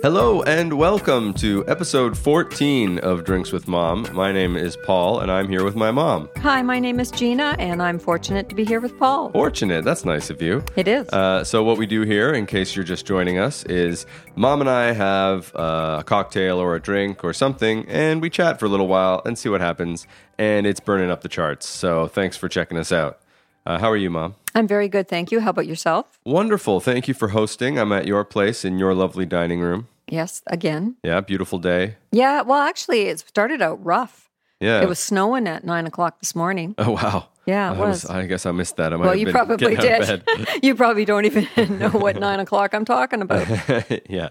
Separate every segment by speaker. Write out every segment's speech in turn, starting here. Speaker 1: Hello and welcome to episode 14 of Drinks with Mom. My name is Paul and I'm here with my mom.
Speaker 2: Hi, my name is Gina, and I'm fortunate to be here with Paul.
Speaker 1: Fortunate, that's nice of you.
Speaker 2: It is.
Speaker 1: Uh, so, what we do here, in case you're just joining us, is mom and I have uh, a cocktail or a drink or something, and we chat for a little while and see what happens. And it's burning up the charts. So, thanks for checking us out. Uh, how are you, mom?
Speaker 2: I'm very good, thank you. How about yourself?
Speaker 1: Wonderful. Thank you for hosting. I'm at your place in your lovely dining room.
Speaker 2: Yes, again.
Speaker 1: Yeah, beautiful day.
Speaker 2: Yeah, well, actually, it started out rough.
Speaker 1: Yeah.
Speaker 2: It was snowing at nine o'clock this morning.
Speaker 1: Oh wow.
Speaker 2: Yeah, it
Speaker 1: I was-
Speaker 2: was.
Speaker 1: I guess I missed that. I might
Speaker 2: Well,
Speaker 1: have
Speaker 2: you
Speaker 1: been
Speaker 2: probably
Speaker 1: getting out of
Speaker 2: did. you probably don't even know what nine o'clock I'm talking about.
Speaker 1: bed. yeah.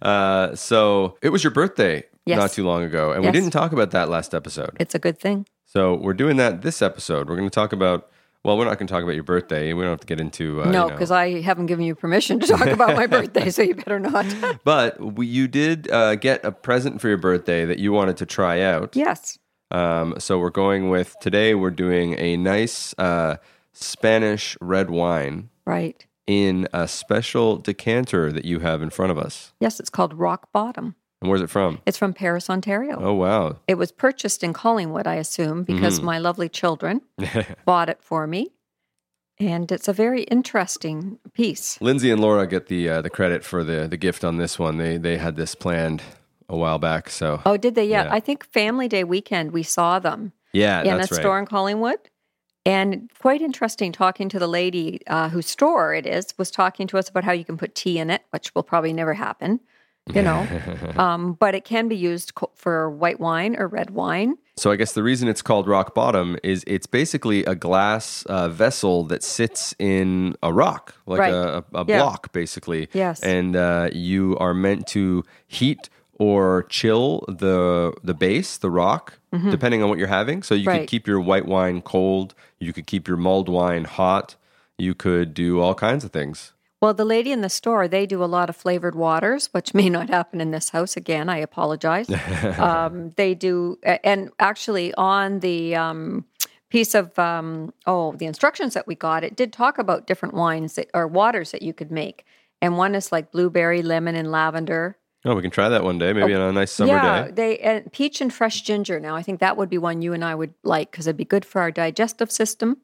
Speaker 1: Uh, so it was your birthday
Speaker 2: Yes.
Speaker 1: not too long ago, and
Speaker 2: Yes.
Speaker 1: we didn't talk about that last episode.
Speaker 2: It's a good thing.
Speaker 1: So we're doing that this episode. We're going to talk about. Well, we're not going to talk about your birthday. We don't have to get into. Uh,
Speaker 2: No,
Speaker 1: you know.
Speaker 2: because I haven't given you permission to talk about my birthday, so you better not.
Speaker 1: But we, you did uh, get a present for your birthday that you wanted to try out.
Speaker 2: yes.
Speaker 1: Um, so we're going with today. We're doing a nice uh, Spanish red wine
Speaker 2: Right.
Speaker 1: in a special decanter that you have in front of us.
Speaker 2: Yes, it's called Rock Bottom.
Speaker 1: And where's it from?
Speaker 2: It's from Paris, Ontario.
Speaker 1: Oh wow.
Speaker 2: It was purchased in Collingwood, I assume, because
Speaker 1: Mm-hmm.
Speaker 2: my lovely children bought it for me. And it's a very interesting piece.
Speaker 1: Lindsay and Laura get the uh, the credit for the the gift on this one. They they had this planned a while back. So
Speaker 2: Oh, did they? Yeah.
Speaker 1: Yeah.
Speaker 2: I think Family Day weekend we saw them
Speaker 1: yeah,
Speaker 2: in a
Speaker 1: that's right.
Speaker 2: store in Collingwood. And quite interesting talking to the lady uh, whose store it is, was talking to us about how you can put tea in it, which will probably never happen, you know. um, but it can be used co- for white wine or red wine.
Speaker 1: So I guess the reason it's called rock bottom is it's basically a glass uh, vessel that sits in a rock, like
Speaker 2: Right.
Speaker 1: a, a, a
Speaker 2: Yeah.
Speaker 1: block, basically.
Speaker 2: Yes.
Speaker 1: And uh, you are meant to heat or chill the the base, the rock, depending on what you're having. So you could
Speaker 2: Mm-hmm. Right.
Speaker 1: keep your white wine cold. You could keep your mulled wine hot. You could do all kinds of things.
Speaker 2: Well, the lady in the store, they do a lot of flavored waters, which may not happen in this house. Again, I apologize. um, they do, a- and actually, on the um, piece of um, oh, the instructions that we got, it did talk about different wines that, or waters that you could make, and one is like blueberry, lemon, and lavender.
Speaker 1: Oh, we can try that one day, maybe on a nice summer
Speaker 2: yeah,
Speaker 1: day.
Speaker 2: they and peach and fresh ginger. Now, I think that would be one you and I would like because it'd be good for our digestive system.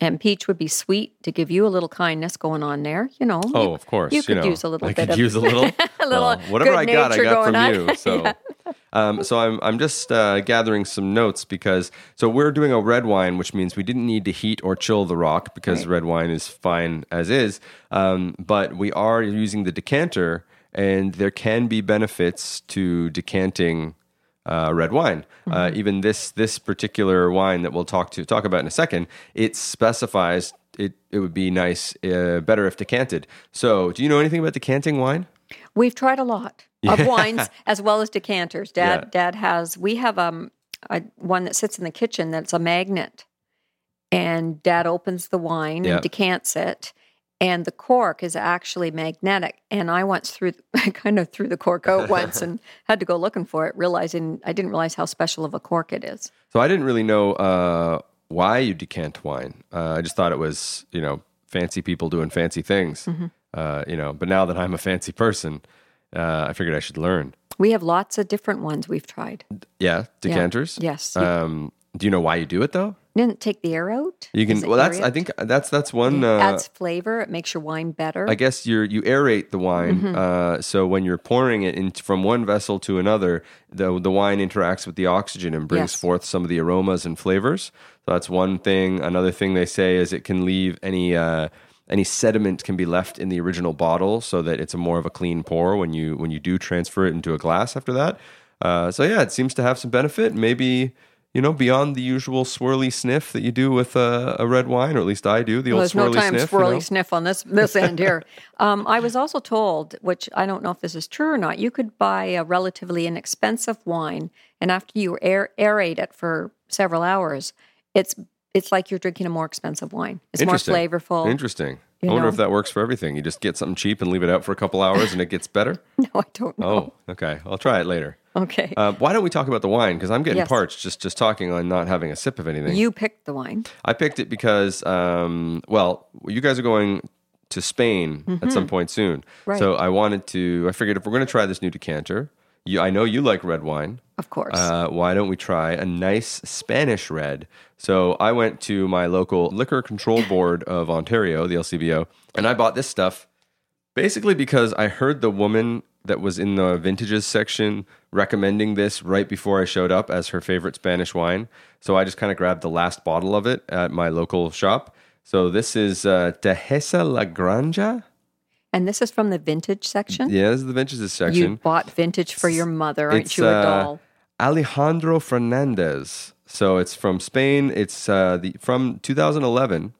Speaker 2: And peach would be sweet to give you a little kindness going on there, you know.
Speaker 1: Oh, of course.
Speaker 2: you could
Speaker 1: know,
Speaker 2: use a little
Speaker 1: I
Speaker 2: bit
Speaker 1: could
Speaker 2: of-
Speaker 1: use a little,
Speaker 2: a little
Speaker 1: well, whatever
Speaker 2: good
Speaker 1: I got, I
Speaker 2: nature
Speaker 1: got
Speaker 2: going
Speaker 1: from
Speaker 2: on.
Speaker 1: you. So, um, so I'm I'm just uh, gathering some notes because so we're doing a red wine, which means we didn't need to heat or chill the rock because red wine is fine as is. Um, but we are using the decanter, and there can be benefits to decanting uh, red wine. Uh, even this this particular wine that we'll talk to talk about in a second, it specifies it. It would be nice, uh, better if decanted. So, do you know anything about decanting wine?
Speaker 2: We've tried a lot of wines as well as decanters. Dad,
Speaker 1: Yeah.
Speaker 2: Dad has. We have um a one that sits in the kitchen that's a magnet, and Dad opens the wine
Speaker 1: Yeah.
Speaker 2: and decants it, and the cork is actually magnetic. And I once threw, I kind of threw the cork out once and had to go looking for it, realizing I didn't realize how special of a cork it is.
Speaker 1: So I didn't really know uh, why you decant wine. Uh, I just thought it was you know fancy people doing fancy things.
Speaker 2: Mm-hmm.
Speaker 1: Uh, you know, but now that I'm a fancy person, uh, I figured I should learn.
Speaker 2: We have lots of different ones we've tried.
Speaker 1: Yeah,
Speaker 2: Yeah.
Speaker 1: decanters.
Speaker 2: Yes. You
Speaker 1: Um, do you know why you do it though?
Speaker 2: didn't take the air out.
Speaker 1: You
Speaker 2: Is
Speaker 1: can.
Speaker 2: it Mm-hmm.
Speaker 1: Well, that's.
Speaker 2: air
Speaker 1: I
Speaker 2: out?
Speaker 1: think that's that's one. Uh,
Speaker 2: adds flavor. It makes your wine better.
Speaker 1: I guess you you aerate the wine,
Speaker 2: Mm-hmm.
Speaker 1: uh, so when you're pouring it in from one vessel to another, the the wine interacts with the oxygen and brings
Speaker 2: Yes.
Speaker 1: forth some of the aromas and flavors. So that's one thing. Another thing they say is it can leave any uh, any sediment can be left in the original bottle, so that it's a more of a clean pour when you when you do transfer it into a glass after that. Uh, so yeah, it seems to have some benefit. Maybe. You know, beyond the usual swirly sniff that you do with a, a red wine, or at least I do, the
Speaker 2: Well,
Speaker 1: old
Speaker 2: there's
Speaker 1: swirly
Speaker 2: no time
Speaker 1: sniff. you
Speaker 2: swirly
Speaker 1: know?
Speaker 2: sniff on this this end here. Um, I was also told, which I don't know if this is true or not, you could buy a relatively inexpensive wine, and after you air, aerate it for several hours, it's it's like you're drinking a more expensive wine. It's more
Speaker 1: Interesting.
Speaker 2: flavorful.
Speaker 1: Interesting.
Speaker 2: You
Speaker 1: I wonder
Speaker 2: know?
Speaker 1: if that works for everything. You just get something cheap and leave it out for a couple hours and it gets better.
Speaker 2: No, I don't know.
Speaker 1: Oh, okay. I'll try it later.
Speaker 2: Okay,
Speaker 1: Uh, why don't we talk about the wine? Because I'm getting
Speaker 2: Yes.
Speaker 1: parched just just talking and not having a sip of anything.
Speaker 2: you picked the wine.
Speaker 1: I picked it because, um, well, you guys are going to Spain at some point soon.
Speaker 2: Mm-hmm. Right.
Speaker 1: So I wanted to. I figured if we're going to try this new decanter, you, I know you like red wine.
Speaker 2: Of course.
Speaker 1: Uh, why don't we try a nice Spanish red? So I went to my local liquor control board of Ontario, the LCBO, and I bought this stuff basically because I heard the woman that was in the vintages section recommending this right before I showed up as her favorite Spanish wine. So I just kind of grabbed the last bottle of it at my local shop. So this is uh, Tejesa La Granja.
Speaker 2: and this is from the vintage section.
Speaker 1: Yeah, this is the vintages section.
Speaker 2: You bought vintage for your mother, aren't
Speaker 1: It's,
Speaker 2: you a
Speaker 1: uh,
Speaker 2: doll?
Speaker 1: Alejandro Fernandez. So it's from Spain. It's uh, the, from 2011.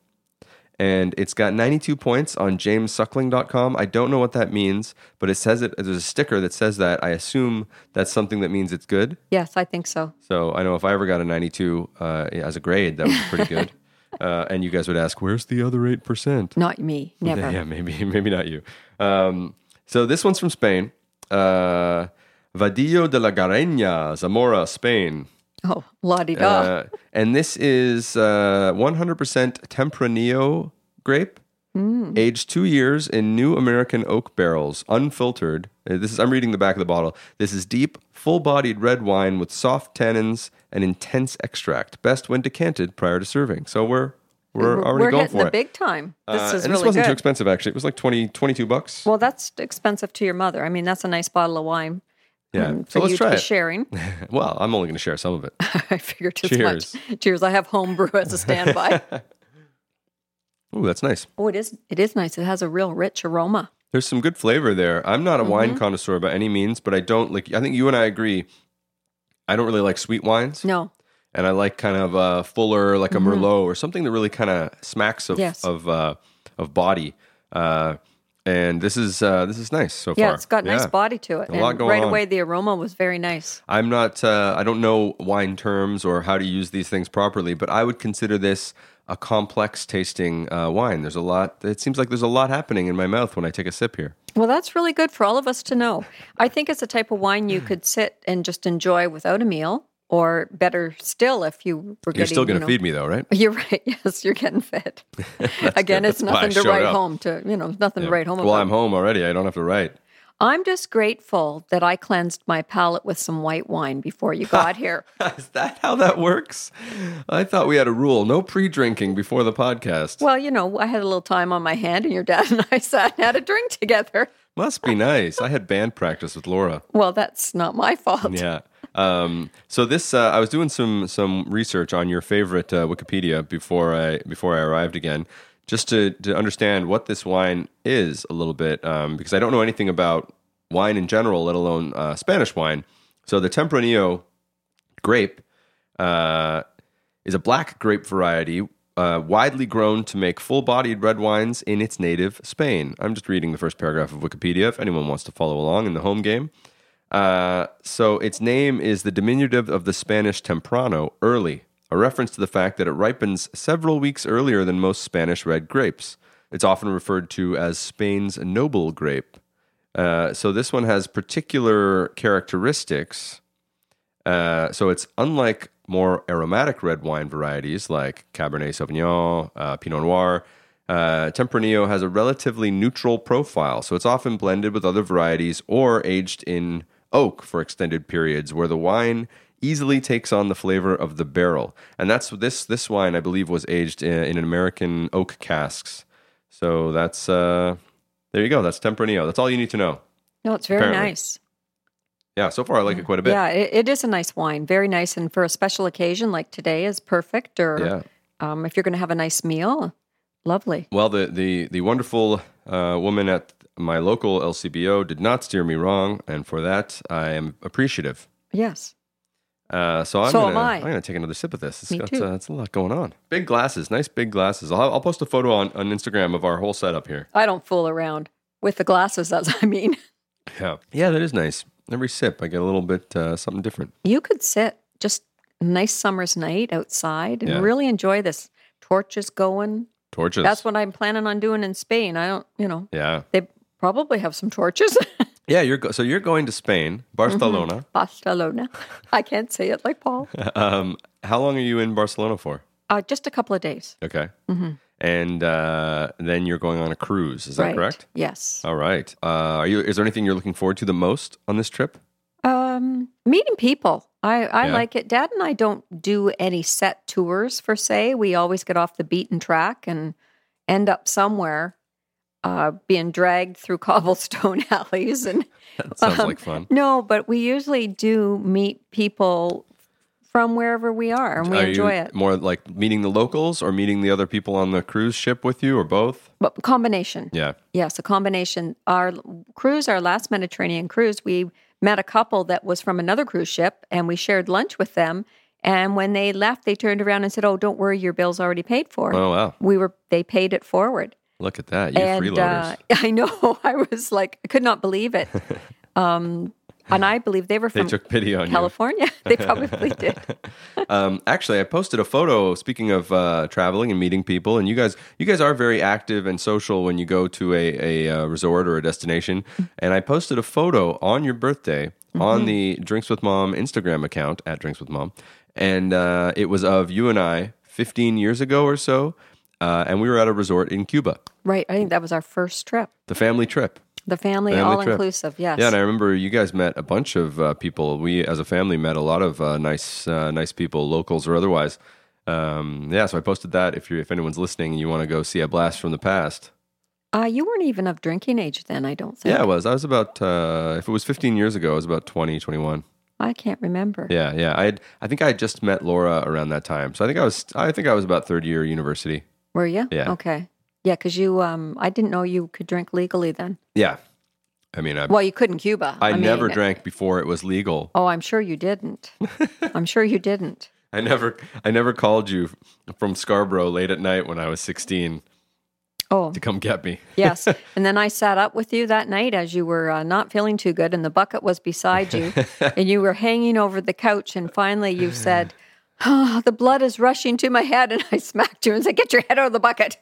Speaker 1: And it's got 92 points on jamesuckling.com. I don't know what that means, but it says it. There's a sticker that says that. I assume that's something that means it's good.
Speaker 2: Yes, I think so.
Speaker 1: So I know if I ever got a 92 uh, as a grade, that would be pretty good. uh, and you guys would ask, where's the other 8%?
Speaker 2: Not me, never.
Speaker 1: Yeah, maybe maybe not you. Um, so this one's from Spain. Uh, Vadillo de la Gareña, Zamora, Spain.
Speaker 2: Oh, la di da.
Speaker 1: Uh, and this is uh, 100% Tempranillo grape,
Speaker 2: Mm.
Speaker 1: aged two years in new American oak barrels, unfiltered. Uh, This is I'm reading the back of the bottle. This is deep, full-bodied red wine with soft tannins and intense extract. Best when decanted prior to serving. So we're we're, already
Speaker 2: We're
Speaker 1: going
Speaker 2: hitting
Speaker 1: for
Speaker 2: the
Speaker 1: it.
Speaker 2: big time. This
Speaker 1: Uh,
Speaker 2: is
Speaker 1: and
Speaker 2: really
Speaker 1: this wasn't
Speaker 2: good.
Speaker 1: too expensive actually. It was like 20, 22 bucks.
Speaker 2: well, that's expensive to your mother. I mean, that's a nice bottle of wine.
Speaker 1: yeah.
Speaker 2: um,
Speaker 1: so
Speaker 2: for
Speaker 1: let's
Speaker 2: you
Speaker 1: try
Speaker 2: to
Speaker 1: it.
Speaker 2: be sharing.
Speaker 1: well, I'm only going to share some of it.
Speaker 2: I figured as
Speaker 1: Cheers.
Speaker 2: much. Cheers. I have homebrew as a standby.
Speaker 1: Ooh, that's nice.
Speaker 2: oh, it is. It is nice. It has a real rich aroma.
Speaker 1: There's some good flavor there. I'm not a
Speaker 2: Mm-hmm.
Speaker 1: wine connoisseur by any means, but I don't like. I think you and I agree. I don't really like sweet wines,
Speaker 2: No, Mm-hmm.
Speaker 1: and I like kind of uh, fuller, like a Merlot or something that really kind of smacks of
Speaker 2: Yes.
Speaker 1: of uh, of body. Uh, and this is uh, this is nice so
Speaker 2: yeah,
Speaker 1: far.
Speaker 2: it's got nice
Speaker 1: Yeah.
Speaker 2: body to it.
Speaker 1: A
Speaker 2: and
Speaker 1: lot going
Speaker 2: right
Speaker 1: on.
Speaker 2: away, the aroma was very nice.
Speaker 1: I'm not. Uh, I don't know wine terms or how to use these things properly, but I would consider this a complex tasting uh, wine. There's a lot. It seems like there's a lot happening in my mouth when I take a sip here.
Speaker 2: Well, that's really good for all of us to know. I think it's a type of wine you could sit and just enjoy without a meal, or better still, if you were getting.
Speaker 1: You're still going
Speaker 2: you know-
Speaker 1: to feed me though, right?
Speaker 2: You're right. Yes, you're getting fed. Again,
Speaker 1: good.
Speaker 2: it's
Speaker 1: That's why I
Speaker 2: nothing to
Speaker 1: showed
Speaker 2: write
Speaker 1: up.
Speaker 2: home to. You know, nothing to write home
Speaker 1: Well,
Speaker 2: about.
Speaker 1: I'm home already. I don't have to write.
Speaker 2: I'm just grateful that I cleansed my palate with some white wine before you got here.
Speaker 1: Is that how that works? I thought we had a rule: no pre-drinking before the podcast.
Speaker 2: Well, you know, I had a little time on my hand, and your dad and I sat and had a drink together.
Speaker 1: Must be nice. I had band practice with Laura.
Speaker 2: Well, that's not my fault.
Speaker 1: Yeah. Um, so this, uh, I was doing some some research on your favorite uh, Wikipedia before I before I arrived again, just to to understand what this wine is a little bit, um, because I don't know anything about wine in general, let alone uh, Spanish wine. So the Tempranillo grape uh, is a black grape variety. Uh, widely grown to make full-bodied red wines in its native Spain. I'm just reading the first paragraph of Wikipedia. If anyone wants to follow along in the home game, uh, so its name is the diminutive of the Spanish temprano, early, a reference to the fact that it ripens several weeks earlier than most Spanish red grapes. It's often referred to as Spain's noble grape. Uh, so this one has particular characteristics. Uh, so it's unlike more aromatic red wine varieties like Cabernet Sauvignon, uh, Pinot Noir. Uh, Tempranillo has a relatively neutral profile, so it's often blended with other varieties or aged in oak for extended periods, where the wine easily takes on the flavor of the barrel. And that's this this wine, I believe, was aged in, in American oak casks. So that's uh, there you go. That's Tempranillo. That's all you need to know.
Speaker 2: No, it's very
Speaker 1: Apparently.
Speaker 2: nice.
Speaker 1: Yeah, so far I like it quite a bit.
Speaker 2: Yeah, it, it is a nice wine. Very nice. And for a special occasion like today is perfect. Or
Speaker 1: Yeah.
Speaker 2: um, if you're going to have a nice meal, lovely.
Speaker 1: Well, the the the wonderful uh, woman at my local LCBO did not steer me wrong, and for that I am appreciative.
Speaker 2: Yes.
Speaker 1: Uh, so I'm
Speaker 2: So
Speaker 1: gonna,
Speaker 2: am I.
Speaker 1: am gonna take another sip of this. It's
Speaker 2: Me
Speaker 1: got
Speaker 2: too.
Speaker 1: Uh, it's a lot going on. Big glasses, nice big glasses. I'll, I'll post a photo on, on Instagram of our whole setup here.
Speaker 2: I don't fool around with the glasses, as I mean.
Speaker 1: Yeah, yeah, that is nice. Every sip, I get a little bit uh, something different.
Speaker 2: You could sit just a nice summer's night outside and
Speaker 1: Yeah.
Speaker 2: really enjoy this. Torches going.
Speaker 1: Torches.
Speaker 2: That's what I'm planning on doing in Spain. I don't, you know,
Speaker 1: yeah,
Speaker 2: they probably have some torches.
Speaker 1: yeah. You're go- so you're going to Spain,
Speaker 2: Mm-hmm.
Speaker 1: Barcelona.
Speaker 2: Barcelona. I can't say it like Paul.
Speaker 1: um, how long are you in Barcelona for?
Speaker 2: Uh, just a couple of days.
Speaker 1: Okay. and uh, then you're going on a cruise. Is that
Speaker 2: right.
Speaker 1: correct?
Speaker 2: Yes.
Speaker 1: All right. Uh, are you? Is there anything you're looking forward to the most on this trip?
Speaker 2: Um, meeting people. I, I
Speaker 1: Oh. Yeah.
Speaker 2: like it. Dad and I don't do any set tours per se. We always get off the beaten track and end up somewhere uh, being dragged through cobblestone alleys. And
Speaker 1: That sounds
Speaker 2: Um,
Speaker 1: like fun.
Speaker 2: no, but we usually do meet people from wherever we are and we
Speaker 1: are
Speaker 2: enjoy
Speaker 1: you
Speaker 2: it.
Speaker 1: More like meeting the locals or meeting the other people on the cruise ship with you, or both.
Speaker 2: But combination.
Speaker 1: Yeah.
Speaker 2: Yes, a combination. Our cruise, our last Mediterranean cruise, we met a couple that was from another cruise ship and we shared lunch with them. And when they left, they turned around and said, Oh, don't worry, your bill's already paid for.
Speaker 1: Oh wow!
Speaker 2: We were, they paid it forward.
Speaker 1: Look at that. You
Speaker 2: and
Speaker 1: freeloaders.
Speaker 2: uh, I know, I was like, I could not believe it. Um, and I believe they were
Speaker 1: they
Speaker 2: from
Speaker 1: took pity on you.
Speaker 2: California. they probably did.
Speaker 1: um, actually, I posted a photo. Speaking of uh, traveling and meeting people, and you guys, you guys are very active and social when you go to a, a uh, resort or a destination. And I posted a photo on your birthday on the Drinks with Mom Instagram account at Drinks with Mom, and uh, it was of you and I 15 years ago or so, uh, and we were at a resort in Cuba,
Speaker 2: Right. I think that was our first trip.
Speaker 1: the family trip.
Speaker 2: The family,
Speaker 1: Family
Speaker 2: all
Speaker 1: trip.
Speaker 2: inclusive. Yes.
Speaker 1: Yeah, and I remember you guys met a bunch of uh, people. We, as a family, met a lot of uh, nice, uh, nice people, locals or otherwise. Um, yeah, so I posted that. If you, if anyone's listening and you want to go see a blast from the past,
Speaker 2: uh, you weren't even of drinking age then, I don't think.
Speaker 1: yeah, I was. I was about. Uh, if it was 15 years ago, I was about 20, 21.
Speaker 2: I can't remember.
Speaker 1: Yeah, yeah. I, had, I think I had just met Laura around that time. So I think I was, I think I was about third year university.
Speaker 2: Were you?
Speaker 1: Yeah.
Speaker 2: Okay. Yeah, because you, um, I didn't know you could drink legally then.
Speaker 1: Yeah, I mean, I,
Speaker 2: Well, you couldn't Cuba.
Speaker 1: I,
Speaker 2: mean-
Speaker 1: never drank before it was legal.
Speaker 2: Oh, I'm sure you didn't. I'm sure you didn't.
Speaker 1: I never, I never called you from Scarborough late at night when I was 16
Speaker 2: Oh,
Speaker 1: to come get me.
Speaker 2: yes. And then I sat up with you that night as you were uh, not feeling too good, and the bucket was beside you, and you were hanging over the couch, and finally you said. Oh, the blood is rushing to my head, and I smacked you and said, "Get your head out of the bucket."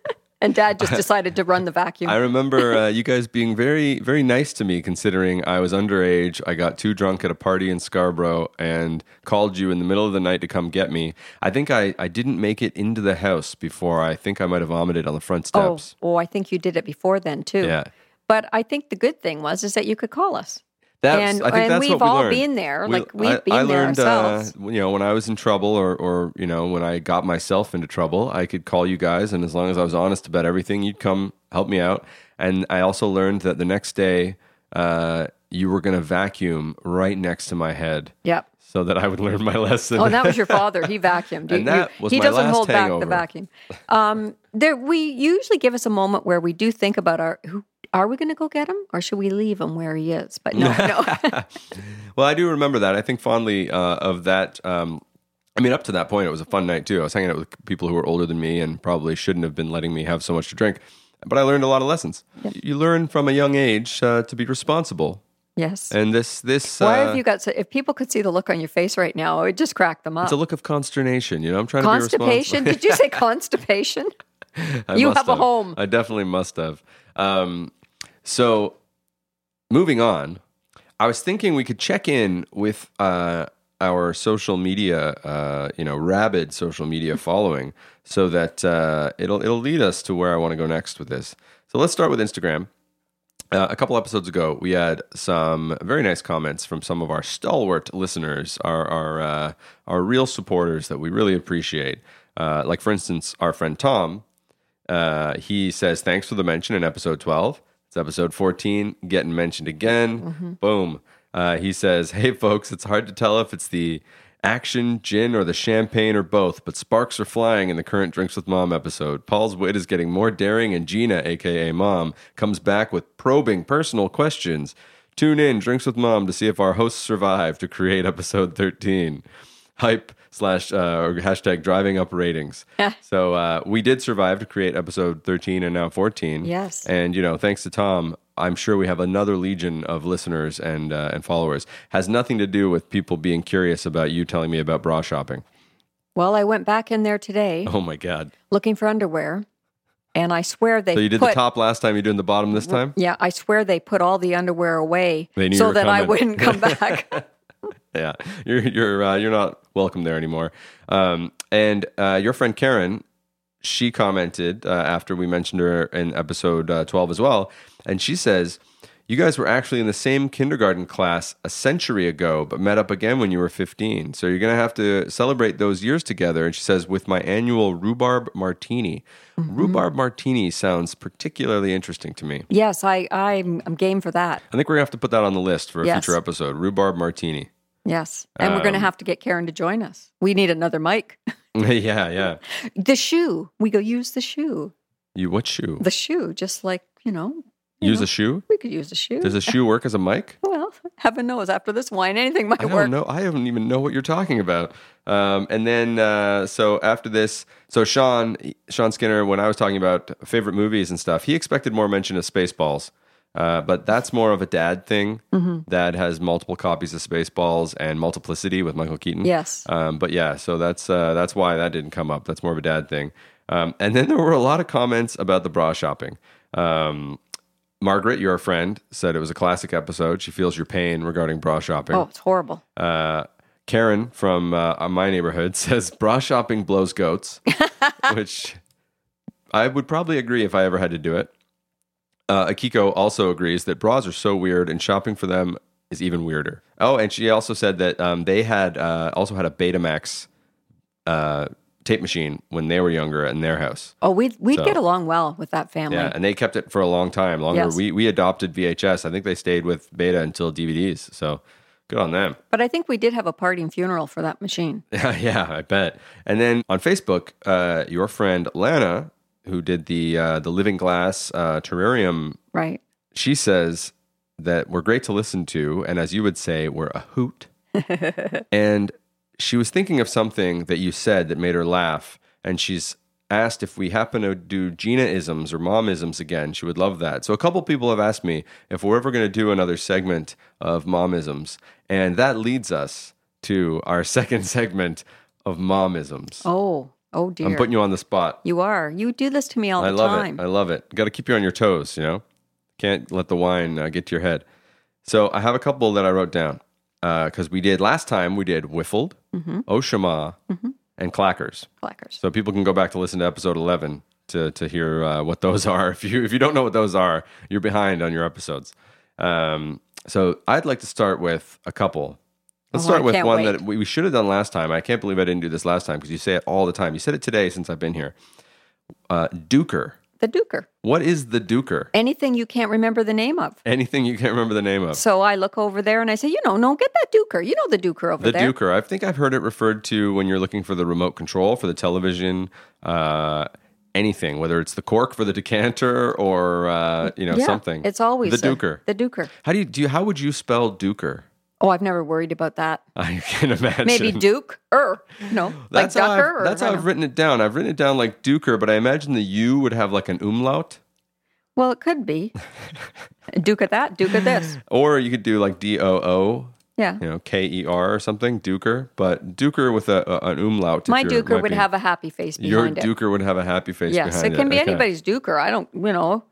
Speaker 2: and Dad just decided to run the vacuum.
Speaker 1: I remember uh, you guys being very, very nice to me, considering I was underage. I got too drunk at a party in Scarborough and called you in the middle of the night to come get me. I think I, I didn't make it into the house before. I think I might have vomited on the front
Speaker 2: oh,
Speaker 1: steps.
Speaker 2: oh, I think you did it before then too.
Speaker 1: Yeah,
Speaker 2: But I think the good thing was is that you could call us.
Speaker 1: that's.
Speaker 2: And-
Speaker 1: I think
Speaker 2: and
Speaker 1: that's
Speaker 2: we've
Speaker 1: what we
Speaker 2: all
Speaker 1: learned.
Speaker 2: been there, like, we've
Speaker 1: I-
Speaker 2: been
Speaker 1: I
Speaker 2: there
Speaker 1: learned,
Speaker 2: ourselves.
Speaker 1: Uh, you know, when I was in trouble, or or you know, when I got myself into trouble, I could call you guys, and as long as I was honest about everything, you'd come help me out. And I also learned that the next day, uh, you were going to vacuum right next to my head.
Speaker 2: Yep.
Speaker 1: so that I would learn my lesson.
Speaker 2: Oh, and that was your father. He vacuumed. You-
Speaker 1: And that
Speaker 2: you-
Speaker 1: was
Speaker 2: he
Speaker 1: my
Speaker 2: doesn't
Speaker 1: last
Speaker 2: hold back
Speaker 1: hangover.
Speaker 2: the vacuum. Um, there, we usually give us a moment where we do think about our who are we going to go get him or should we leave him where he is? But no, no.
Speaker 1: well, I do remember that. I think fondly uh, of that. Um, I mean, up to that point, it was a fun night too. I was hanging out with people who were older than me and probably shouldn't have been letting me have so much to drink. But I learned a lot of lessons. You learn from a young age uh, to be responsible,
Speaker 2: yes.
Speaker 1: and this this
Speaker 2: Why
Speaker 1: uh,
Speaker 2: have you got so? If people could see the look on your face right now, it would just crack them up.
Speaker 1: it's a look of consternation. You know, I'm trying
Speaker 2: Constipation?
Speaker 1: to be responsible.
Speaker 2: Did you say constipation?
Speaker 1: I
Speaker 2: You
Speaker 1: must
Speaker 2: have a home.
Speaker 1: I definitely must have. Um, so, moving on, I was thinking we could check in with uh, our social media, uh, you know, rabid social media following, so that uh, it'll it'll lead us to where I want to go next with this. So let's start with Instagram. Uh, a couple episodes ago, we had some very nice comments from some of our stalwart listeners, our our uh, our real supporters that we really appreciate. Uh, like, for instance, our friend Tom, uh, he says, Thanks for the mention in episode 12. It's episode 14, getting mentioned again. Boom. Uh, he says, Hey, folks, it's hard to tell if it's the action, gin, or the champagne, or both, but sparks are flying in the current Drinks with Mom episode. Paul's wit is getting more daring, and Gina, aka Mom, comes back with probing personal questions. Tune in, Drinks with Mom, to see if our hosts survive to create episode 13 hype slash uh, or hashtag driving up ratings. so uh, we did survive to create episode 13 and now 14.
Speaker 2: Yes.
Speaker 1: And, you know, thanks to Tom, I'm sure we have another legion of listeners and, uh, and followers. Has nothing to do with people being curious about you telling me about bra shopping.
Speaker 2: Well, I went back in there today
Speaker 1: Oh my God.
Speaker 2: looking for underwear, and I swear they
Speaker 1: So you did
Speaker 2: put
Speaker 1: the top last time, you're doing the bottom this time?
Speaker 2: Yeah, I swear they put all the underwear away
Speaker 1: They knew you
Speaker 2: so
Speaker 1: were
Speaker 2: that I
Speaker 1: coming.
Speaker 2: wouldn't come back.
Speaker 1: yeah, you're you're uh, you're not welcome there anymore. Um, and uh, your friend Karen she commented uh, after we mentioned her in episode uh, 12 as well. And she says, You guys were actually in the same kindergarten class a century ago, but met up again when you were 15. So you're going to have to celebrate those years together. And she says, With my annual rhubarb martini. Rhubarb martini sounds particularly interesting to me.
Speaker 2: Yes, I, I'm, I'm game for that.
Speaker 1: I think we're going to have to put that on the list for a
Speaker 2: Yes.
Speaker 1: future episode rhubarb martini.
Speaker 2: Yes. And we're going
Speaker 1: Um,
Speaker 2: to have to get Karen to join us. We need another mic.
Speaker 1: yeah, yeah.
Speaker 2: The shoe. We go use the shoe.
Speaker 1: You, what shoe?
Speaker 2: The shoe, just like, you know, you
Speaker 1: Use
Speaker 2: know,
Speaker 1: a shoe?
Speaker 2: we could use the shoe.
Speaker 1: Does a shoe work as a mic?
Speaker 2: well, heaven knows after this wine, anything might
Speaker 1: I don't
Speaker 2: work.
Speaker 1: know. I don't even know what you're talking about. Um, and then uh, so after this, so Sean Sean Skinner, when I was talking about favorite movies and stuff, he expected more mention of Spaceballs. Uh, but that's more of a dad thing.
Speaker 2: Mm-hmm.
Speaker 1: Dad has multiple copies of Spaceballs and Multiplicity with Michael Keaton.
Speaker 2: Yes.
Speaker 1: Um, but yeah, so that's uh, that's why that didn't come up. That's more of a dad thing. Um, and then there were a lot of comments about the bra shopping. Um, Margaret, your friend, said it was a classic episode. She feels your pain regarding bra shopping.
Speaker 2: Oh, it's horrible.
Speaker 1: Uh, Karen from uh, my neighborhood says bra shopping blows goats, which I would probably agree if I ever had to do it. Uh, Akiko also agrees that bras are so weird and shopping for them is even weirder. Oh, and she also said that um, they had uh, also had a Betamax uh, tape machine when they were younger in their house.
Speaker 2: Oh, we'd, we'd
Speaker 1: So-
Speaker 2: get along well with that family.
Speaker 1: Yeah, and they kept it for a long time. Longer,
Speaker 2: Oh Yes.
Speaker 1: we we adopted VHS. I think they stayed with Beta until DVDs. So good on them.
Speaker 2: But I think we did have a party and funeral for that machine.
Speaker 1: Yeah, yeah, I bet. And then on Facebook, uh, your friend Lana, who did the uh, the Living Glass uh, terrarium,
Speaker 2: Right.
Speaker 1: she says that we're great to listen to, and as you would say, we're a hoot. and she was thinking of something that you said that made her laugh, and she's asked if we happen to do Gina isms or mom isms again. She would love that. So a couple people have asked me if we're ever going to do another segment of mom isms, and that leads us to our second segment of mom isms.
Speaker 2: Oh, oh dear.
Speaker 1: I'm putting you on the spot.
Speaker 2: you are. You do this to me all
Speaker 1: I
Speaker 2: the
Speaker 1: love
Speaker 2: time.
Speaker 1: it. I love it. Got to keep you on your toes, you know? Can't let the wine uh, get to your head. So I have a couple that I wrote down because we did last time, we did Wiffled,
Speaker 2: Mm-hmm.
Speaker 1: Oshima, and Clackers.
Speaker 2: Clackers.
Speaker 1: So people can go back to listen to episode 11 to, to hear uh, what those are. If you, if you don't know what those are, you're behind on your episodes. Um, so I'd like to start with a couple. Let's
Speaker 2: Oh,
Speaker 1: start
Speaker 2: I
Speaker 1: with
Speaker 2: can't
Speaker 1: one
Speaker 2: wait.
Speaker 1: that we, we should have done last time. I can't believe I didn't do this last time because you say it all the time. You said it today since I've been here. Uh, Duker.
Speaker 2: The Duker.
Speaker 1: What is the Duker?
Speaker 2: Anything you can't remember the name of.
Speaker 1: Anything you can't remember the name of.
Speaker 2: So I look over there and I say, you know, no, get that Duker. You know the Duker over
Speaker 1: The
Speaker 2: there.
Speaker 1: Duker. I think I've heard it referred to when you're looking for the remote control for the television, uh, anything, whether it's the cork for the decanter or uh, you know
Speaker 2: Yeah,
Speaker 1: something.
Speaker 2: It's always
Speaker 1: the
Speaker 2: a-
Speaker 1: Duker.
Speaker 2: The Duker.
Speaker 1: How do you do? You, how would you spell Duker?
Speaker 2: Oh, I've never worried about that.
Speaker 1: I can imagine.
Speaker 2: Maybe Duke or no, like
Speaker 1: That's how I've-
Speaker 2: Ducker. or,
Speaker 1: that's
Speaker 2: I
Speaker 1: how
Speaker 2: don't
Speaker 1: I've
Speaker 2: know.
Speaker 1: written it down. I've written it down like Duker, but I imagine the U would have like an umlaut,
Speaker 2: Well, it could be Duke at that, Duke at this.
Speaker 1: or you could do like D O O,
Speaker 2: Yeah,
Speaker 1: you know, K E R or something, Duker. But Duker with a, a- an umlaut.
Speaker 2: my
Speaker 1: if you're-
Speaker 2: Duker
Speaker 1: might
Speaker 2: would
Speaker 1: be-
Speaker 2: have a happy face
Speaker 1: Your
Speaker 2: behind it.
Speaker 1: duker would have a happy face
Speaker 2: Yes,
Speaker 1: behind
Speaker 2: it can be
Speaker 1: Okay.
Speaker 2: anybody's Duker. I don't, you know,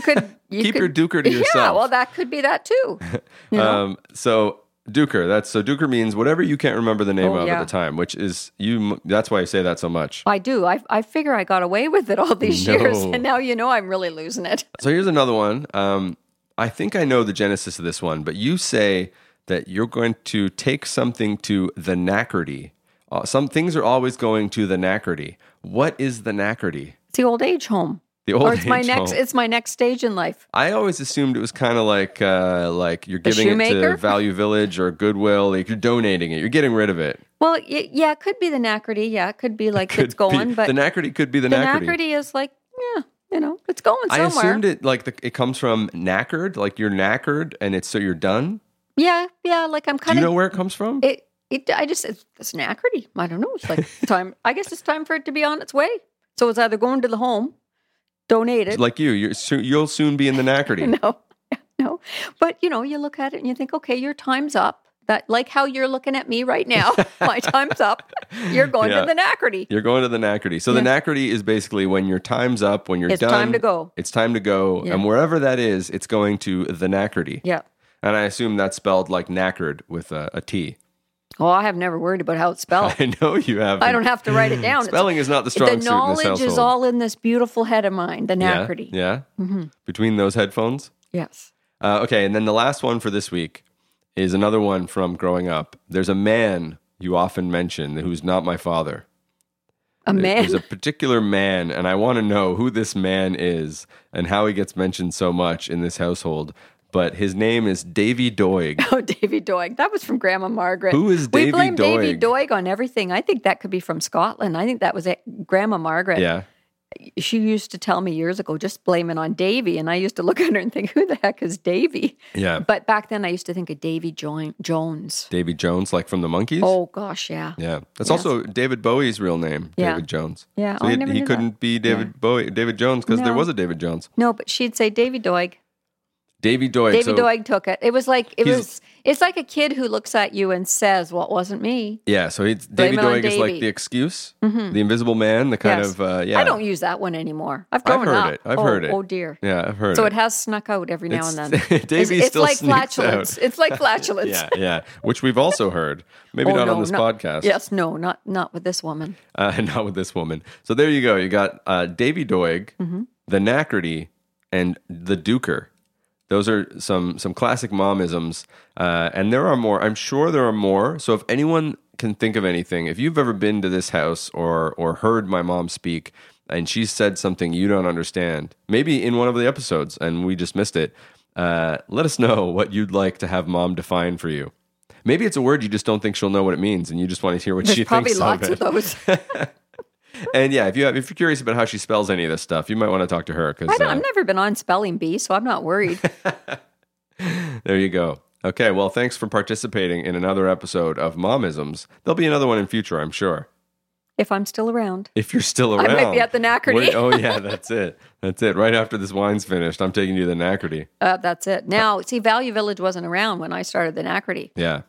Speaker 2: could you
Speaker 1: Keep
Speaker 2: could,
Speaker 1: your duker to
Speaker 2: Yeah,
Speaker 1: yourself.
Speaker 2: well, that could be that too. You know?
Speaker 1: Um, so duker, that's so duker means whatever you can't remember the name
Speaker 2: Oh,
Speaker 1: of
Speaker 2: yeah.
Speaker 1: at the time, which is you. m- That's why I say that so much.
Speaker 2: I do. I I figure I got away with it all these years,
Speaker 1: No.
Speaker 2: and now you know I'm really losing it.
Speaker 1: So here's another one. Um, I think I know the genesis of this one, but you say that you're going to take something to the knackerty. Uh, some things are always going to the knackerty. What is the knackerty?
Speaker 2: It's the old age home,
Speaker 1: The old
Speaker 2: or Oh, it's my
Speaker 1: age
Speaker 2: next.
Speaker 1: home.
Speaker 2: It's my next stage in life.
Speaker 1: I always assumed it was kind of like uh, like you're giving it to
Speaker 2: shoemaker?
Speaker 1: Value Village or Goodwill. Like you're donating it. You're getting rid of it.
Speaker 2: Well, y- yeah, it could be the Nackerty. Yeah, it could be like it's
Speaker 1: could be-
Speaker 2: going, but
Speaker 1: the Nackerty could be the,
Speaker 2: the
Speaker 1: Nackerty.
Speaker 2: Nackerty is like, yeah, you know, it's going
Speaker 1: I
Speaker 2: somewhere.
Speaker 1: assumed it like the, it comes from knackered, like you're knackered, and it's so you're done.
Speaker 2: Yeah, yeah. Like I'm
Speaker 1: Do
Speaker 2: kind
Speaker 1: you
Speaker 2: of
Speaker 1: know where it comes from?
Speaker 2: it. It. I just it's, it's Nackerty. I don't know. It's like time. I guess it's time for it to be on its way. So it's either going to the home, donated.
Speaker 1: like you, you're, so, you'll soon be in the Nackerty.
Speaker 2: no, no. But you know, you look at it and you think, okay, your time's up. That like how you're looking at me right now. My time's up. You're going
Speaker 1: Yeah.
Speaker 2: to the Nackerty.
Speaker 1: You're going to the Nackerty. So the Nackerty is basically when your time's up, when you're
Speaker 2: It's
Speaker 1: done.
Speaker 2: time to go.
Speaker 1: It's time to go,
Speaker 2: Yeah.
Speaker 1: and wherever that is, it's going to the Nackerty.
Speaker 2: Yeah.
Speaker 1: And I assume that's spelled like knackered with a, a T.
Speaker 2: Oh, I have never worried about how it's spelled.
Speaker 1: I know you have.
Speaker 2: Oh. I don't have to write it down. It's-
Speaker 1: Spelling is not the strong suit
Speaker 2: the
Speaker 1: in this
Speaker 2: knowledge
Speaker 1: household.
Speaker 2: is all in this beautiful head of mine, the
Speaker 1: yeah,
Speaker 2: Nacrity.
Speaker 1: yeah.
Speaker 2: Mm-hmm.
Speaker 1: Between those headphones.
Speaker 2: Yes.
Speaker 1: Uh, okay, and then the last one for this week is another one from growing up. There's a man you often mention who's not my father.
Speaker 2: A man.
Speaker 1: There's a particular man, and I want to know who this man is and how he gets mentioned so much in this household. But his name is Davy Doig.
Speaker 2: oh, Davy Doig. That was from Grandma Margaret.
Speaker 1: Who is Davy
Speaker 2: We blame Davy
Speaker 1: Doig?
Speaker 2: Doig on everything. I think that could be from Scotland. I think that was it. Grandma Margaret.
Speaker 1: Yeah.
Speaker 2: She used to tell me years ago, just blame it on Davy. And I used to look at her and think, who the heck is Davy?
Speaker 1: Yeah.
Speaker 2: But back then I used to think of Davy jo- Jones.
Speaker 1: Davy Jones, like from the Monkees.
Speaker 2: Oh, gosh, yeah.
Speaker 1: Yeah. That's also David Bowie's real name,
Speaker 2: Yeah.
Speaker 1: David Jones.
Speaker 2: Yeah.
Speaker 1: So
Speaker 2: Oh, I
Speaker 1: he,
Speaker 2: never
Speaker 1: he
Speaker 2: knew that.
Speaker 1: couldn't be David Bowie, David Jones because there
Speaker 2: No.
Speaker 1: was a David Jones.
Speaker 2: No, but she'd say Davy Doig.
Speaker 1: Davy Doig.
Speaker 2: Davy
Speaker 1: so-
Speaker 2: Doig took it. It was like it
Speaker 1: He's-
Speaker 2: was. It's like a kid who looks at you and says, "Well, it wasn't me."
Speaker 1: Yeah. So he's, Davy
Speaker 2: it on
Speaker 1: Doig is like
Speaker 2: Davy.
Speaker 1: the excuse, the invisible man, the kind
Speaker 2: Yes.
Speaker 1: of, uh, yeah.
Speaker 2: I don't use that one anymore. I've
Speaker 1: I've
Speaker 2: grown
Speaker 1: heard
Speaker 2: up.
Speaker 1: it. I've
Speaker 2: oh,
Speaker 1: heard it.
Speaker 2: Oh dear.
Speaker 1: Yeah, I've heard
Speaker 2: So
Speaker 1: it.
Speaker 2: it has snuck out every now
Speaker 1: It's-
Speaker 2: and then. it's,
Speaker 1: Davy
Speaker 2: it's
Speaker 1: still
Speaker 2: like
Speaker 1: sneaks
Speaker 2: flatulence.
Speaker 1: out.
Speaker 2: It's like flatulence.
Speaker 1: yeah, yeah. Which we've also heard. Maybe
Speaker 2: Oh,
Speaker 1: not on
Speaker 2: no,
Speaker 1: this
Speaker 2: not-
Speaker 1: podcast.
Speaker 2: Yes, no, not not with this woman.
Speaker 1: Uh, not with this woman. So there you go. You got uh, Davy Doig,
Speaker 2: Mm-hmm.
Speaker 1: the Nacrity, and the Duker. Those are some some classic momisms, uh, and there are more. I'm sure there are more. So if anyone can think of anything, if you've ever been to this house or or heard my mom speak, and she said something you don't understand, maybe in one of the episodes, and we just missed it. Uh, let us know what you'd like to have mom define for you. Maybe it's a word you just don't think she'll know what it means, and you just want to hear what
Speaker 2: There's
Speaker 1: she
Speaker 2: probably
Speaker 1: thinks
Speaker 2: lots
Speaker 1: of it.
Speaker 2: of those.
Speaker 1: And yeah, if you have, if you're curious about how she spells any of this stuff, you might want to talk to her
Speaker 2: I
Speaker 1: because
Speaker 2: don't,
Speaker 1: uh,
Speaker 2: I've never been on spelling bee, so I'm not worried.
Speaker 1: there you go. Okay, well, thanks for participating in another episode of Momisms. There'll be another one in future, I'm sure.
Speaker 2: if I'm still around,
Speaker 1: If you're still around,
Speaker 2: might be at the Nacarty.
Speaker 1: Wait, oh yeah, that's it. That's it. Right after this wine's finished, I'm taking you to the Nacarty.
Speaker 2: uh, that's it. Now, see, Value Village wasn't around when I started the Nacrity.
Speaker 1: Yeah.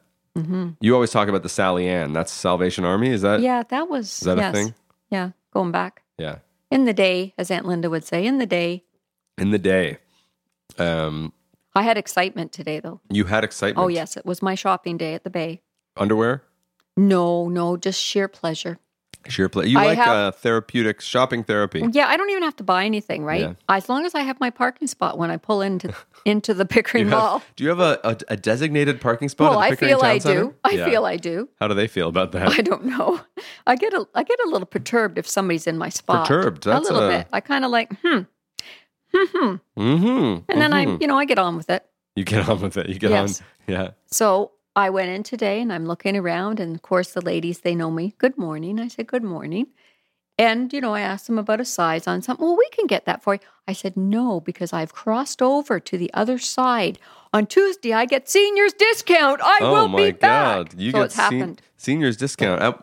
Speaker 1: You always talk about the Sally Ann. That's Salvation Army. Is that?
Speaker 2: Mm-hmm. Yeah, that was.
Speaker 1: that a
Speaker 2: yes.
Speaker 1: thing?
Speaker 2: Yeah, going back.
Speaker 1: Yeah.
Speaker 2: In the day, as Aunt Linda would say, in the day.
Speaker 1: In the day, um,
Speaker 2: I had excitement today, though.
Speaker 1: you had excitement.
Speaker 2: Oh, yes, it was my shopping day at the Bay.
Speaker 1: Underwear.
Speaker 2: No, no, just sheer pleasure.
Speaker 1: Sheer play. You
Speaker 2: I
Speaker 1: like
Speaker 2: have-
Speaker 1: uh, therapeutic shopping therapy.
Speaker 2: Yeah, I don't even have to buy anything, right?
Speaker 1: Yeah.
Speaker 2: As long as I have my parking spot when I pull into into the Pickering
Speaker 1: You have-
Speaker 2: Mall.
Speaker 1: do you have a, a, a designated parking spot?
Speaker 2: Well,
Speaker 1: at the
Speaker 2: I
Speaker 1: Pickering
Speaker 2: feel
Speaker 1: Town
Speaker 2: I
Speaker 1: Center?
Speaker 2: do. I
Speaker 1: Yeah.
Speaker 2: feel I do.
Speaker 1: How do they feel about that?
Speaker 2: I don't know. I get a I get a little perturbed if somebody's in my spot.
Speaker 1: Perturbed, that's
Speaker 2: a little
Speaker 1: a-
Speaker 2: bit. I kind of like hmm, and
Speaker 1: mm-hmm. And
Speaker 2: then I you know I get on with it.
Speaker 1: you get on with it. You get
Speaker 2: Yes.
Speaker 1: on. Yeah.
Speaker 2: So I went in today and I'm looking around, and of course, the ladies, they know me. Good morning. I said, Good morning. And, you know, I asked them about a size on something. Well, we can get that for you. I said, No, because I've crossed over to the other side. On Tuesday, I get seniors discount. I
Speaker 1: oh
Speaker 2: will
Speaker 1: my
Speaker 2: be back.
Speaker 1: God! You
Speaker 2: so
Speaker 1: get
Speaker 2: it's
Speaker 1: sen-
Speaker 2: happened.
Speaker 1: seniors discount. Uh,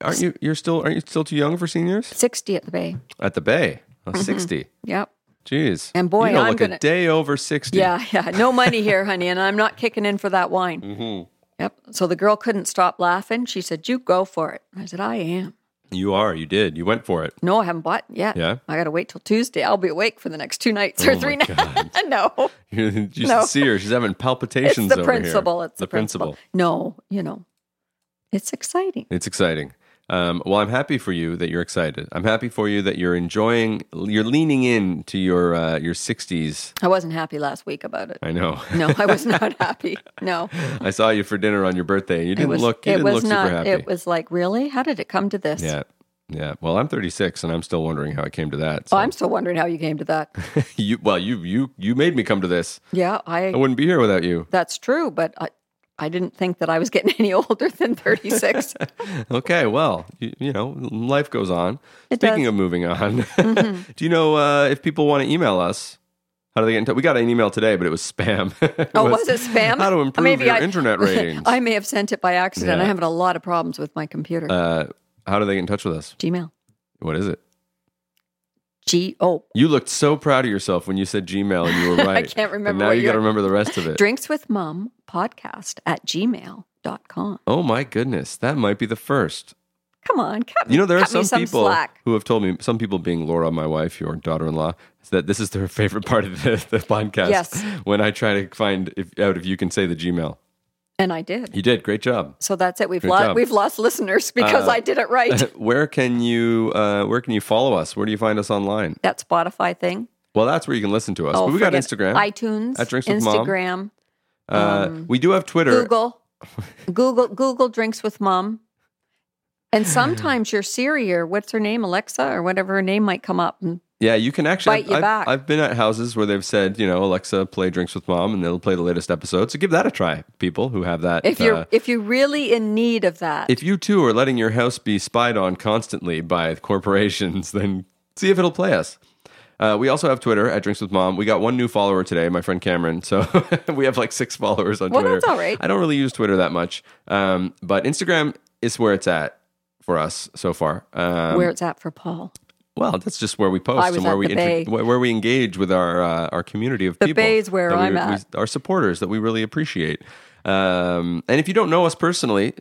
Speaker 1: aren't you? You're still. Aren't you still too young for seniors
Speaker 2: 60 at the bay.
Speaker 1: at the Bay? Oh, Sixty.
Speaker 2: Yep.
Speaker 1: Jeez.
Speaker 2: Mm-hmm. And boy,
Speaker 1: you don't
Speaker 2: I'm
Speaker 1: look a
Speaker 2: gonna-
Speaker 1: day over sixty.
Speaker 2: Yeah, yeah. No money here, honey. And I'm not kicking in for that wine.
Speaker 1: Mm-hmm.
Speaker 2: Yep. So the girl couldn't stop laughing. She said, You go for it. I said, I am.
Speaker 1: You are. You did. You went for it.
Speaker 2: No, I haven't bought it yet.
Speaker 1: Yeah? Oh
Speaker 2: I got to wait till Tuesday. I'll be awake for the next two nights or three nights. no.
Speaker 1: you should
Speaker 2: No.
Speaker 1: see her. She's having
Speaker 2: It's
Speaker 1: palpitations
Speaker 2: the
Speaker 1: over
Speaker 2: principle.
Speaker 1: here.
Speaker 2: It's the, principle. No, you know, it's exciting.
Speaker 1: It's exciting. Um, well, I'm happy for you that you're excited. I'm happy for you that you're enjoying. You're leaning in to your uh, your 60s.
Speaker 2: I wasn't happy last week about it.
Speaker 1: I know.
Speaker 2: No, I was not happy. No.
Speaker 1: I saw you for dinner on your birthday, and you
Speaker 2: It
Speaker 1: didn't
Speaker 2: was,
Speaker 1: look. You
Speaker 2: it
Speaker 1: didn't
Speaker 2: was
Speaker 1: look
Speaker 2: not,
Speaker 1: super happy.
Speaker 2: it was like, really? How did it come to this?
Speaker 1: yeah, yeah. Well, I'm 36, and I'm still wondering how I came to that.
Speaker 2: Oh,
Speaker 1: So.
Speaker 2: I'm still wondering how you came to that.
Speaker 1: you, well, you you you made me come to this.
Speaker 2: Yeah,
Speaker 1: I
Speaker 2: I,
Speaker 1: wouldn't be here without you.
Speaker 2: that's true, but I, I didn't think that I was getting any older than 36.
Speaker 1: Okay, well, you, you know, life goes on.
Speaker 2: It
Speaker 1: Speaking
Speaker 2: does. Mm-hmm.
Speaker 1: of moving on, do you know uh, if people want to email us? How do they get in touch? We got an email today, but it was spam. It
Speaker 2: Oh, was, it spam?
Speaker 1: How to improve
Speaker 2: Maybe
Speaker 1: your
Speaker 2: I-
Speaker 1: internet ratings?
Speaker 2: I may have sent it by accident.
Speaker 1: Yeah.
Speaker 2: I'm having a lot of problems with my computer.
Speaker 1: uh, how do they get in touch with us?
Speaker 2: Gmail.
Speaker 1: What is it?
Speaker 2: G O.
Speaker 1: You looked so proud of yourself when you said Gmail and you were right.
Speaker 2: can't remember
Speaker 1: And now
Speaker 2: what
Speaker 1: you
Speaker 2: you-
Speaker 1: got to remember the rest of it.
Speaker 2: Drinks with Mom podcast at gmail.com.
Speaker 1: Oh my goodness, that might be the first.
Speaker 2: Come on, cut me.
Speaker 1: You know, there are
Speaker 2: cut
Speaker 1: some,
Speaker 2: me some
Speaker 1: people
Speaker 2: slack.
Speaker 1: who have told me, some people being Laura, my wife, your daughter-in-law, is that this is their favorite part of the, the podcast.
Speaker 2: Yes.
Speaker 1: When I try to find if, out if you can say the Gmail.
Speaker 2: And I did.
Speaker 1: You did. Great job.
Speaker 2: So that's it. We've
Speaker 1: Good
Speaker 2: lost
Speaker 1: job. Uh,
Speaker 2: we've lost listeners because I did it right.
Speaker 1: Where can you uh, where can you follow us? Where do you find us online?
Speaker 2: that Spotify thing. Oh,
Speaker 1: Well, that's where you can listen to us. but we got
Speaker 2: forget-
Speaker 1: Instagram.
Speaker 2: iTunes,
Speaker 1: At Drinks with Mom.
Speaker 2: Instagram,
Speaker 1: uh, we do have Twitter.
Speaker 2: um, Google, Google, Google drinks with mom. And sometimes your Siri or what's her name, Alexa or whatever her name might come up. And
Speaker 1: Yeah, you can actually.
Speaker 2: Bite you
Speaker 1: I've,
Speaker 2: back.
Speaker 1: I've been at houses where they've said, you know, Alexa, play Drinks with Mom, and they'll play the latest episode. So give that a try, people who have that.
Speaker 2: if you're
Speaker 1: uh,
Speaker 2: if you're really in need of that,
Speaker 1: if you too are letting your house be spied on constantly by corporations, then see if it'll play us. Uh, we also have Twitter at Drinks with Mom. We got one new follower today, my friend Cameron. So we have like six followers on
Speaker 2: Well,
Speaker 1: Twitter.
Speaker 2: that's all right.
Speaker 1: I don't really use Twitter that much, um, but Instagram is where it's at for us so far. Um,
Speaker 2: where it's at for Paul.
Speaker 1: well, that's just where we
Speaker 2: I
Speaker 1: post
Speaker 2: was
Speaker 1: and where
Speaker 2: at
Speaker 1: we
Speaker 2: the
Speaker 1: inter-
Speaker 2: Bay.
Speaker 1: where where we engage with our uh, our community of
Speaker 2: The
Speaker 1: people.
Speaker 2: Bay's where
Speaker 1: that we-
Speaker 2: I'm
Speaker 1: we-
Speaker 2: at.
Speaker 1: Our supporters that we really appreciate. Um, and if you don't know us personally,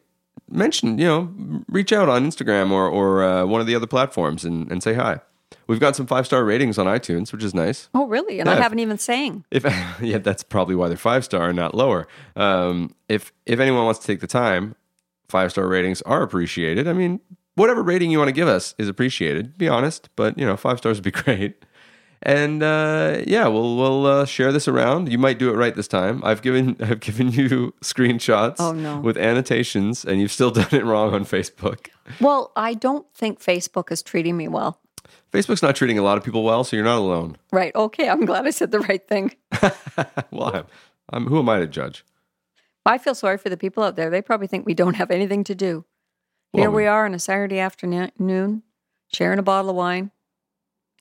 Speaker 1: mention you know reach out on Instagram or or uh, one of the other platforms and, and say hi. We've got some five star ratings on iTunes, which is nice.
Speaker 2: Oh, really? And I
Speaker 1: Yeah.
Speaker 2: haven't even sang.
Speaker 1: If yeah, that's probably why they're five star and not lower. Um, if if anyone wants to take the time, five star ratings are appreciated. I mean, whatever rating you want to give us is appreciated. Be honest, but you know, five stars would be great. And uh, yeah, we'll we'll uh, share this around. You might do it right this time. I've given I've given you screenshots
Speaker 2: Oh, no.
Speaker 1: with annotations, and you've still done it wrong on Facebook.
Speaker 2: Well, I don't think Facebook is treating me well.
Speaker 1: Facebook's not treating a lot of people well, so you're not alone.
Speaker 2: Right. Okay. I'm glad I said the right thing.
Speaker 1: well, I'm, I'm who am I to judge?
Speaker 2: I feel sorry for the people out there. They probably think we don't have anything to do. Here
Speaker 1: Well,
Speaker 2: we are on a Saturday afternoon, sharing a bottle of wine.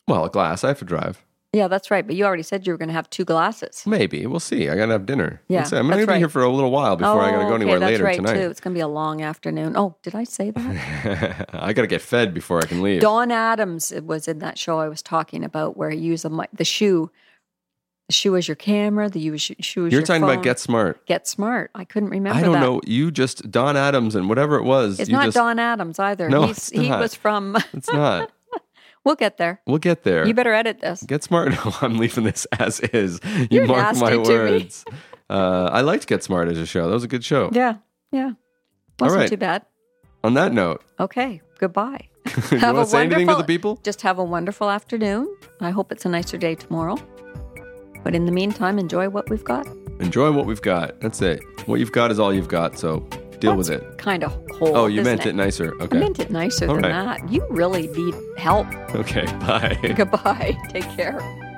Speaker 1: Well, a glass. I have to drive.
Speaker 2: Yeah, that's right. But you already said you were going to have two glasses.
Speaker 1: Maybe we'll see. I gotta have dinner.
Speaker 2: Yeah,
Speaker 1: That's it. I'm
Speaker 2: that's
Speaker 1: gonna be
Speaker 2: right.
Speaker 1: here for a little while before I gotta go
Speaker 2: Oh, okay,
Speaker 1: anywhere
Speaker 2: that's
Speaker 1: later
Speaker 2: right, Too.
Speaker 1: tonight.
Speaker 2: It's going to be a long afternoon. Oh, did I say that?
Speaker 1: I gotta get fed before I can leave.
Speaker 2: Dawn Adams was in that show I was talking about where you use a, mi- the shoe. The shoe is your camera. The you- shoe is
Speaker 1: You're
Speaker 2: your
Speaker 1: talking
Speaker 2: phone.
Speaker 1: about get smart.
Speaker 2: Get Smart. I couldn't remember
Speaker 1: I don't
Speaker 2: that.
Speaker 1: know. You just Don Adams and whatever it was.
Speaker 2: It's
Speaker 1: you
Speaker 2: not
Speaker 1: just,
Speaker 2: Don Adams either.
Speaker 1: No,
Speaker 2: He's,
Speaker 1: it's
Speaker 2: He
Speaker 1: not.
Speaker 2: was from,
Speaker 1: It's not.
Speaker 2: we'll get there.
Speaker 1: We'll get there.
Speaker 2: You better edit this.
Speaker 1: Get smart. No, I'm leaving this as is. You
Speaker 2: You're
Speaker 1: mark
Speaker 2: nasty
Speaker 1: my
Speaker 2: to me.
Speaker 1: words. Uh, I liked Get Smart as a show. That was a good show.
Speaker 2: Yeah, yeah.
Speaker 1: All
Speaker 2: Wasn't
Speaker 1: right.
Speaker 2: too bad.
Speaker 1: On that note,
Speaker 2: Okay, goodbye.
Speaker 1: do you want to say anything to the people?
Speaker 2: Just have a wonderful afternoon. I hope it's a nicer day tomorrow. But in the meantime, enjoy what we've got.
Speaker 1: Enjoy what we've got. That's it. What you've got is all you've got. So deal with it.
Speaker 2: Kind of cold.
Speaker 1: Oh, you
Speaker 2: isn't
Speaker 1: meant it nicer.
Speaker 2: I
Speaker 1: Okay.
Speaker 2: meant it nicer
Speaker 1: All
Speaker 2: than
Speaker 1: right.
Speaker 2: that. You really need help.
Speaker 1: okay. Bye.
Speaker 2: Goodbye. Take care.